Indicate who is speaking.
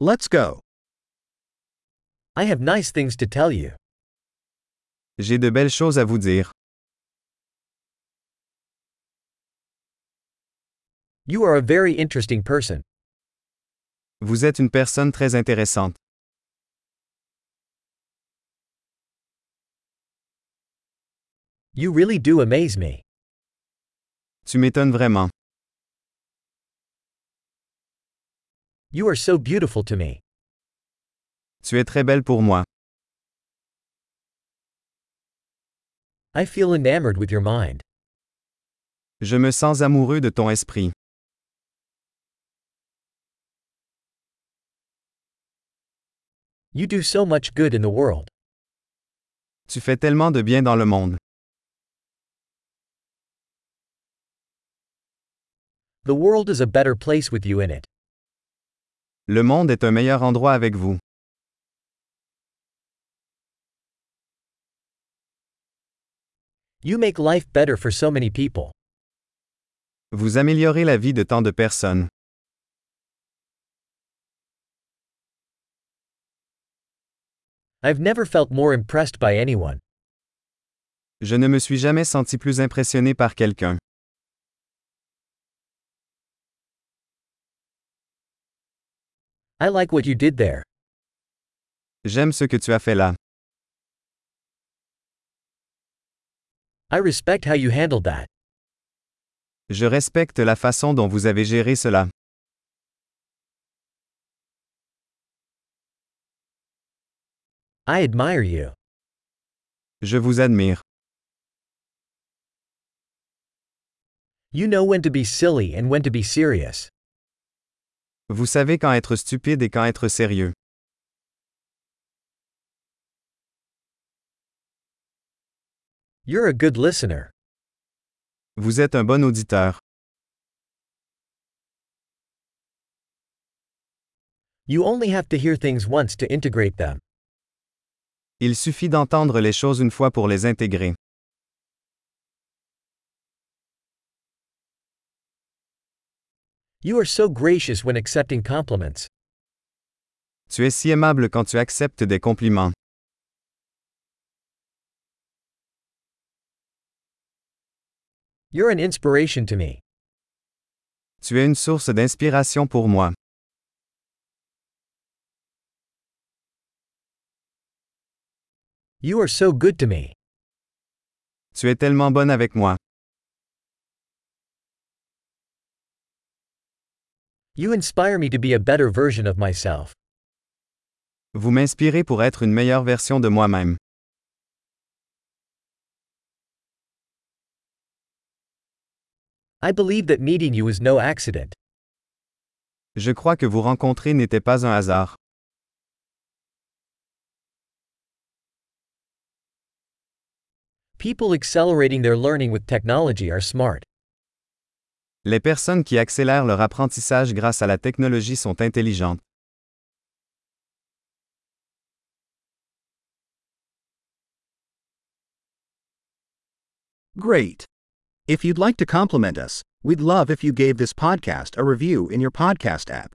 Speaker 1: Let's go.
Speaker 2: I have nice things to tell you.
Speaker 1: J'ai de belles choses à vous dire.
Speaker 2: You are a very interesting person.
Speaker 1: Vous êtes une personne très intéressante.
Speaker 2: You really do amaze me.
Speaker 1: Tu m'étonnes vraiment.
Speaker 2: You are so beautiful to me.
Speaker 1: Tu es très belle pour moi.
Speaker 2: I feel enamored with your mind.
Speaker 1: Je me sens amoureux de ton esprit.
Speaker 2: You do so much good in the world.
Speaker 1: Tu fais tellement de bien dans le monde.
Speaker 2: The world is a better place with you in it.
Speaker 1: Le monde est un meilleur endroit avec vous.
Speaker 2: You make life better for so many people.
Speaker 1: Vous améliorez la vie de tant de personnes.
Speaker 2: I've never felt more impressed by anyone.
Speaker 1: Je ne me suis jamais senti plus impressionné par quelqu'un.
Speaker 2: I like what you did there.
Speaker 1: J'aime ce que tu as fait là.
Speaker 2: I respect how you handled that.
Speaker 1: Je respecte la façon dont vous avez géré cela.
Speaker 2: I admire you.
Speaker 1: Je vous admire.
Speaker 2: You know when to be silly and when to be serious.
Speaker 1: Vous savez quand être stupide et quand être sérieux.
Speaker 2: You're a good listener.
Speaker 1: Vous êtes un bon auditeur.
Speaker 2: You only have to hear things once to integrate them.
Speaker 1: Il suffit d'entendre les choses une fois pour les intégrer.
Speaker 2: You are so gracious when accepting compliments.
Speaker 1: Tu es si aimable quand tu acceptes des compliments.
Speaker 2: You're an inspiration to me.
Speaker 1: Tu es une source d'inspiration pour moi.
Speaker 2: You are so good to me.
Speaker 1: Tu es tellement bonne avec moi.
Speaker 2: You inspire me to be a better version of myself.
Speaker 1: Vous m'inspirez pour être une meilleure version de moi-même.
Speaker 2: I believe that meeting you is no accident.
Speaker 1: Je crois que vous rencontrer n'était pas un hasard.
Speaker 2: People accelerating their learning with technology are smart.
Speaker 1: Les personnes qui accélèrent leur apprentissage grâce à la technologie sont intelligentes.
Speaker 3: Great. If you'd like to compliment us, we'd love if you gave this podcast a review in your podcast app.